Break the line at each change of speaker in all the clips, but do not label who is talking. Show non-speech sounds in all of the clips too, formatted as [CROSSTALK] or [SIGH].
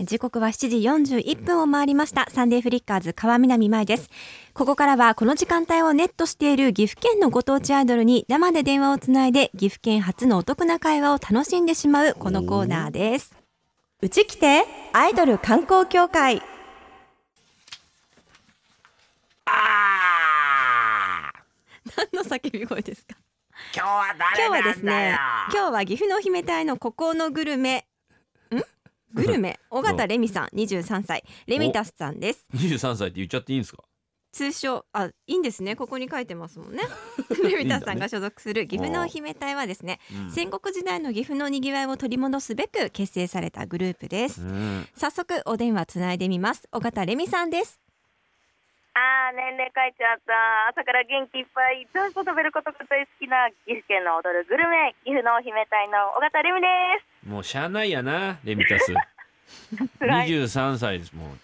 時刻は7時41分を回りましたサンデーフリッカーズ川南舞ですここからはこの時間帯をネットしている岐阜県のご当地アイドルに生で電話をつないで岐阜県初のお得な会話を楽しんでしまうこのコーナーですうち来てアイドル観光協会
あー
何の叫び声ですか
今日は
今日
誰
はで
な
す
んだよ
ね今日は岐阜のお姫隊の孤高のグルメんグルメ尾形レミさん23歳レミタスさんです
23歳って言っちゃっていいんですか
通称あいいんですねここに書いてますも
[LAUGHS]
んね [LAUGHS] レミタスさんが所属する岐阜のお姫隊はですね
うん
戦国時代の岐阜のにぎわいを取り戻すべく結成されたグループです
うん
早速お電話つないでみます尾形レミさんです
ああ、年齢書いちゃった。朝から元気いっぱい、どうぞ食べることが大好きな岐阜県の踊るグルメ、岐阜のお姫隊の尾形レミです。
もうしゃあないやなレミタス
[LAUGHS] 辛い。い
23歳ですもう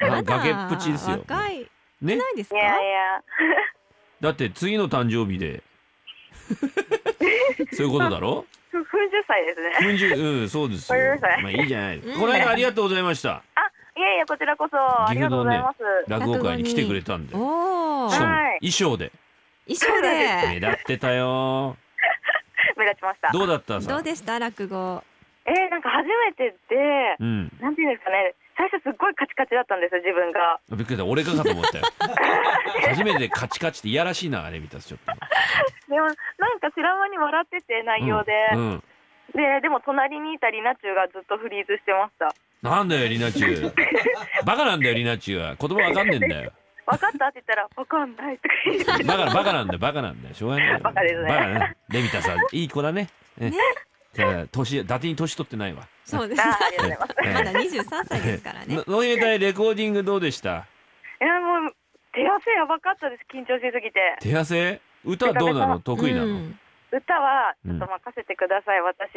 まだ
あ崖っぷちですよ
若い
ね
ないですか
やいや、
だって次の誕生日
[LAUGHS]
でそういうことだろ
ふ40歳です
う
ね。
んじゅうんそうです
ごめん
よ
なさい
まあいいじゃない、
うん
この間ありがとうございました
いやいや、こちらこそ、ありがとうございます。
落語会に来てくれたんでしかも
おお
そう
衣装で
衣装
目
で
立ってたよ
目立ちました。
どうだった
どう
さ
でした落語
えー、なんか初めてで、
うん
なんていうんですかね、最初すっごいカチカチだったんですよ、自分が。
びっくりした俺かかと思った
[LAUGHS]
よ初めてカチカチっていやらしいなレミタスちょっと
でも、なんか知らん間に笑ってて、内容で。
うんうん
で、でも隣にいたリナチュウがずっとフリーズしてました。
なんだよリナチュウ [LAUGHS] バカなんだよリナチュウは言葉わかんねえんだよ
わかったって言ったら、わかんないとか言
[LAUGHS]
って。
バカバカなんだよバカなんだよしょうがないよ
バカですね
バカねレミタさんいい子だねねじゃあ年伊達に年取ってないわ
そうです
あーありがとうございます。
え
[LAUGHS]
え
まだ23歳ですからね
のノイメタイレコーディングどうでした
いやもう手汗やばかったです緊張しすぎて
手汗歌どうなの得意なの、
うん
歌は
う
ちょ
ん
っと任せてください、
うん
私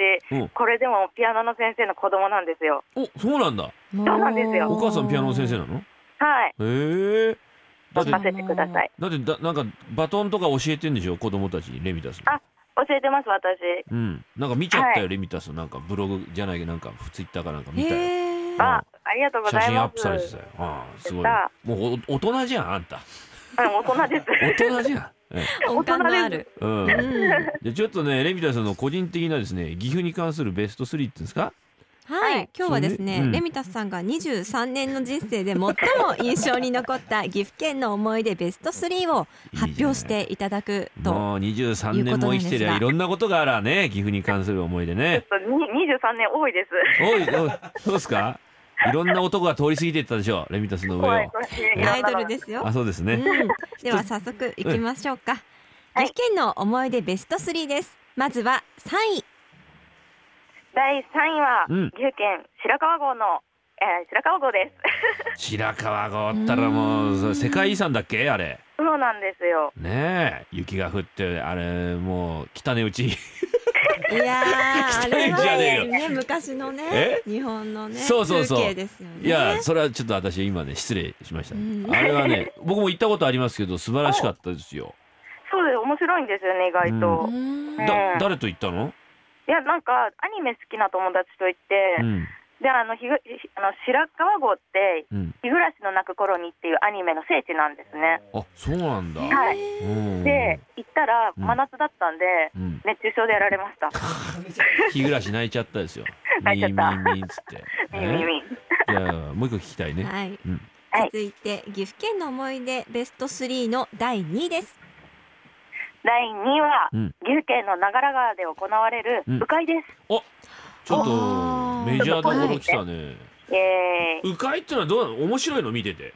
これでもピアノの先生の子供なんですよ
おそうなんだ
そう
なんですよ
お母さんピアノの先生なの
はい
へえだって
任せてください
だってだなんかバトンとか教えてんでしょ子供たちにレミタスの
あ教えてます私
うんなんか見ちゃったよ、
は
レミタスのなんかブログじゃないけどなんかツイッターかなんか見たよ
へえ
あありがとうご
写
ざい
真アッ
ま
プ
す
されてたよ。ああ、すごい
やっ。
もうお大人じゃん、あんた。
うん大人
[LAUGHS]
です
大人じゃん。え
音感のある
えう
う。
ん
ん
で、ちょっとね、レミタさんの個人的なですね、岐阜に関するベスト3っていうんですか。
はい、
はい
今日はですね、
そうねうん
レミタスさんが23年の人生で最も印象に残った岐阜県の思い出ベスト3を発表していただくと
もう23年も生きてりゃ
いうことなんですが
いろんなことがあらね、岐阜に関する思い出ね。
ちょっとに23年多いです
おい、おい、どうですか。いろんな男が通り過ぎていったでしょう、レミタスの上
怖い
を。
怖い
アイドルですよ
あ、、そうです
う
ね。
ん、では早速いきましょうか、
はい
岐阜県の思い出ベスト3ですまずは3位
第三位は、
うん
岐阜県白川郷の、えー白川郷です [LAUGHS]
白川郷ったらもう、
うん
世界遺産だっけ、あれ。
そうなんですよ
ねえ、雪が降って、あれ、もう、汚ねうち。
いやーあ
来て
れ
んじゃねえ
は
よ
ね昔のね
え
日本のね
そうそうそう
風景ですよね
いや、それはちょっと私今ね失礼しました、
うん
あれはね僕も行ったことありますけど素晴らしかったですよ。
そうです面白いんですよね意外と、
う
い
ん
お
だ
うん
誰と行ったの？
やなんかアニメ好きな友達と行って、
うん
であのひぐひあの白川郷って
うん。
「日暮らしの泣く頃に」っていうアニメの聖地なんですね。
あそうなんだ。
は
うん
で行ったら
うん
真夏だったんで
うん、
熱中症でやられました。
日暮らし泣いちゃったですよ。
泣いちゃった
ミーミーミーっつって。
ミンミン
ね
ミン
じゃあもう一個聞きたいね。
はい、
うん
はい
続いて岐阜県の思い出ベスト3の第2位です
第2位は
うん
岐阜県の長良川で行われる
うん
鵜飼いです。
ちょっと
あー
メジャーどころ来たね。
えー
鵜飼ってのはどうなの？面白いの見てて。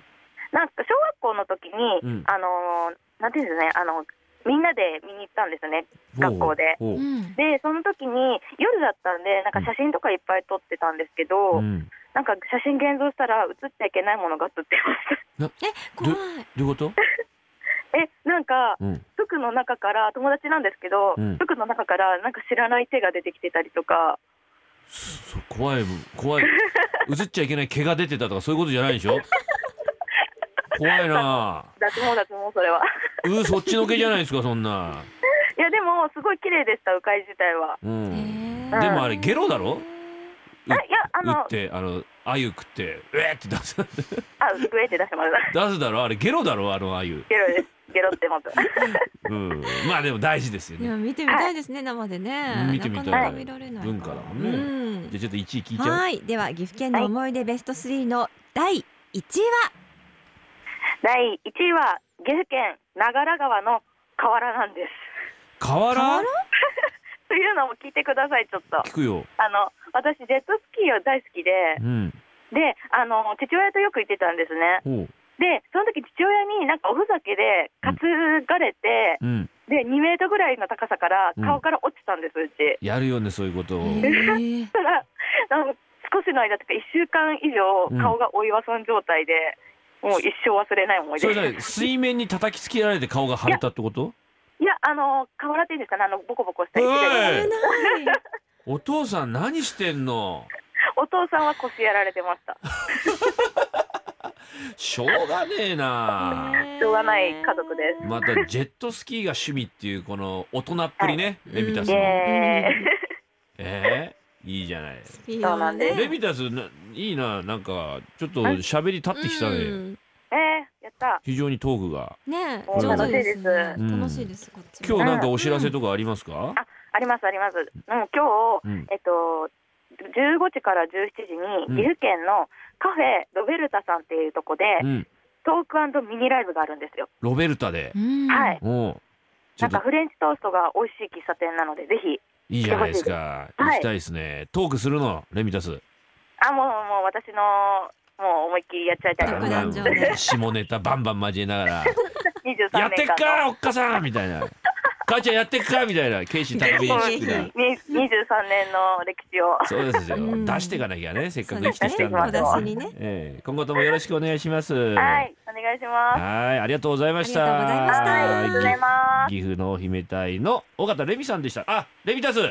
なんか小学校の時に、
うん
あのーなんていうんですかねあのみんなで見に行ったんですね。学校で
ほう。ほ
ん
でその時に夜だったんでなんか写真とかいっぱい撮ってたんですけど、
ううん。
なんか写真現像したら写っちゃいけないものが写ってました。
え怖い
どういうこと？
えなんか
うん。
服の中から友達なんですけど、
うん
服の中からなんか知らない手が出てきてたりとか
そ怖い怖い。映っちゃいけない毛が出てたとかそういうことじゃないでしょ？怖いなあ。
脱毛脱毛それは [LAUGHS]
うーそっちのけじゃないですかそんな、
いやでもすごい綺麗でした鵜飼い自体は
うん、
へー
でもあれゲロだろ
あいやあ
打っ
の
てあのあゆ食ってうえーって出す
あ、グエって出してます。
出すだろあれゲロだろあのあゆ、
ゲロです。ゲロってます。 [LAUGHS]
うん、まあでも大事ですよ
いや
ね
見てみたいですね生でね
見てみたい
なかなか見られない
文化だもん
う
ね、
ん
じゃあちょっと1位聞いちゃおう
はいでは岐阜県の思い出ベスト3の第1位は
第一位は岐阜県長良川の河原なんです。
河原
というのも聞いてください、ちょっと。
聞くよ、
あの、私ジェットスキーを大好きで、
うん、
で、あの、父親とよく行ってたんですね。
ほ
で、その時父親になんかおふざけで担がれて、
う、うん、
で、2メートルぐらいの高さから
うん
顔から落ちたんです、うち。
やるよねそういうことを、
へえ
ただあの少しの間とか1週間以上
うん
顔がお岩さん状態で、もう一生忘れない思い
そ
出
れ何
い
水面に叩きつけられて顔が腫れたってこと
やあの変わらっていいんですかねあのボコボコした石
お
で
い
危ない
お父さん何してんの
お父さんは腰やられてました
しょうがねえな
しょうがない家族で
またジェットスキーが趣味っていうこの大人っぷりね、
はい
レビタス
す
の、
うん
え
えー、いいじゃない
スピードもね
そうなん
レ
で
ビタスないいななんかちょっと喋り立ってきたね、
うん
ー、えー、やった
非常にトークが
ね
うん
上手ですね
楽
しいです
楽しいですこっちも
今日なんかお知らせとかありますか、
ありますありますもう今日、
うん
えっと15時から17時
うん
に岐阜県のカフェロベルタさんっていうとこで、
うん、
トークミニライブがあるんですよ、
ロベルタで、
うん
はい
おうちょ
な
っ
んか
と
フレンチトーストが美味しい喫茶店なのでぜひ
いいじゃないですか
はい
行きたいですねトークするのレミタス
あもうもう私のもう思いっきりやっちゃいたいと
独
思います。
壇場で
下ネタバンバン交えながら「
23
やってっ
年間
かおっかさん!」みたいな「母ちゃんやってっか!」みたいなケイシー高見
そう
え式な
に23年の歴史を
そうですよ
うん
出していかなきゃねせっかく
そう
生
で
き
す
て
ね
きたんだ
小
から
出
に
し
ね
ええ今後ともよろしくお願いします
はいお願いします。
はいありがとうございました
あ
はいありがとうございます。
岐岐阜のお姫隊の尾形レミさんでしたあレミタス
さ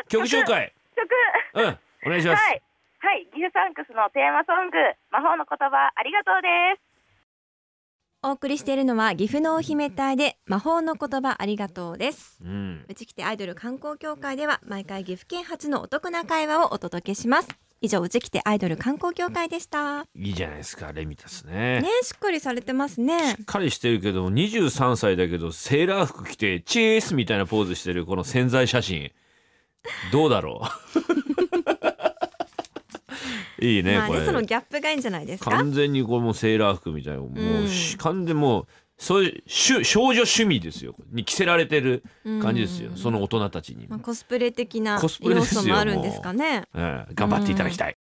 あ
曲紹介
曲
うんお願いします、
はいはいギフサンクスのテーマソング魔法の言葉ありがとうです。
お送りしているのは岐阜のお姫隊で魔法の言葉ありがとうです
うん
うちきてアイドル観光協会では毎回岐阜県発のお得な会話をお届けします以上うちきてアイドル観光協会でしたね
いいじゃないですかレミタスね
しっかりされてますね
しっかりしてるけど23歳だけどセーラー服着てチェースみたいなポーズしてるこの潜在写真どうだろう [LAUGHS] いいね
まあ
こ
ねその
れ
ギャップがいいんじゃないですか
完全にこれもうセーラー服みたいなも
う
うんし完全もうそういうし少女趣味ですよに着せられてる感じですよ
うん
その大人たちに、
まあコスプレ的な
コスプレで
要
すよ
素もあるんですかね
ええ頑張っていただきたい、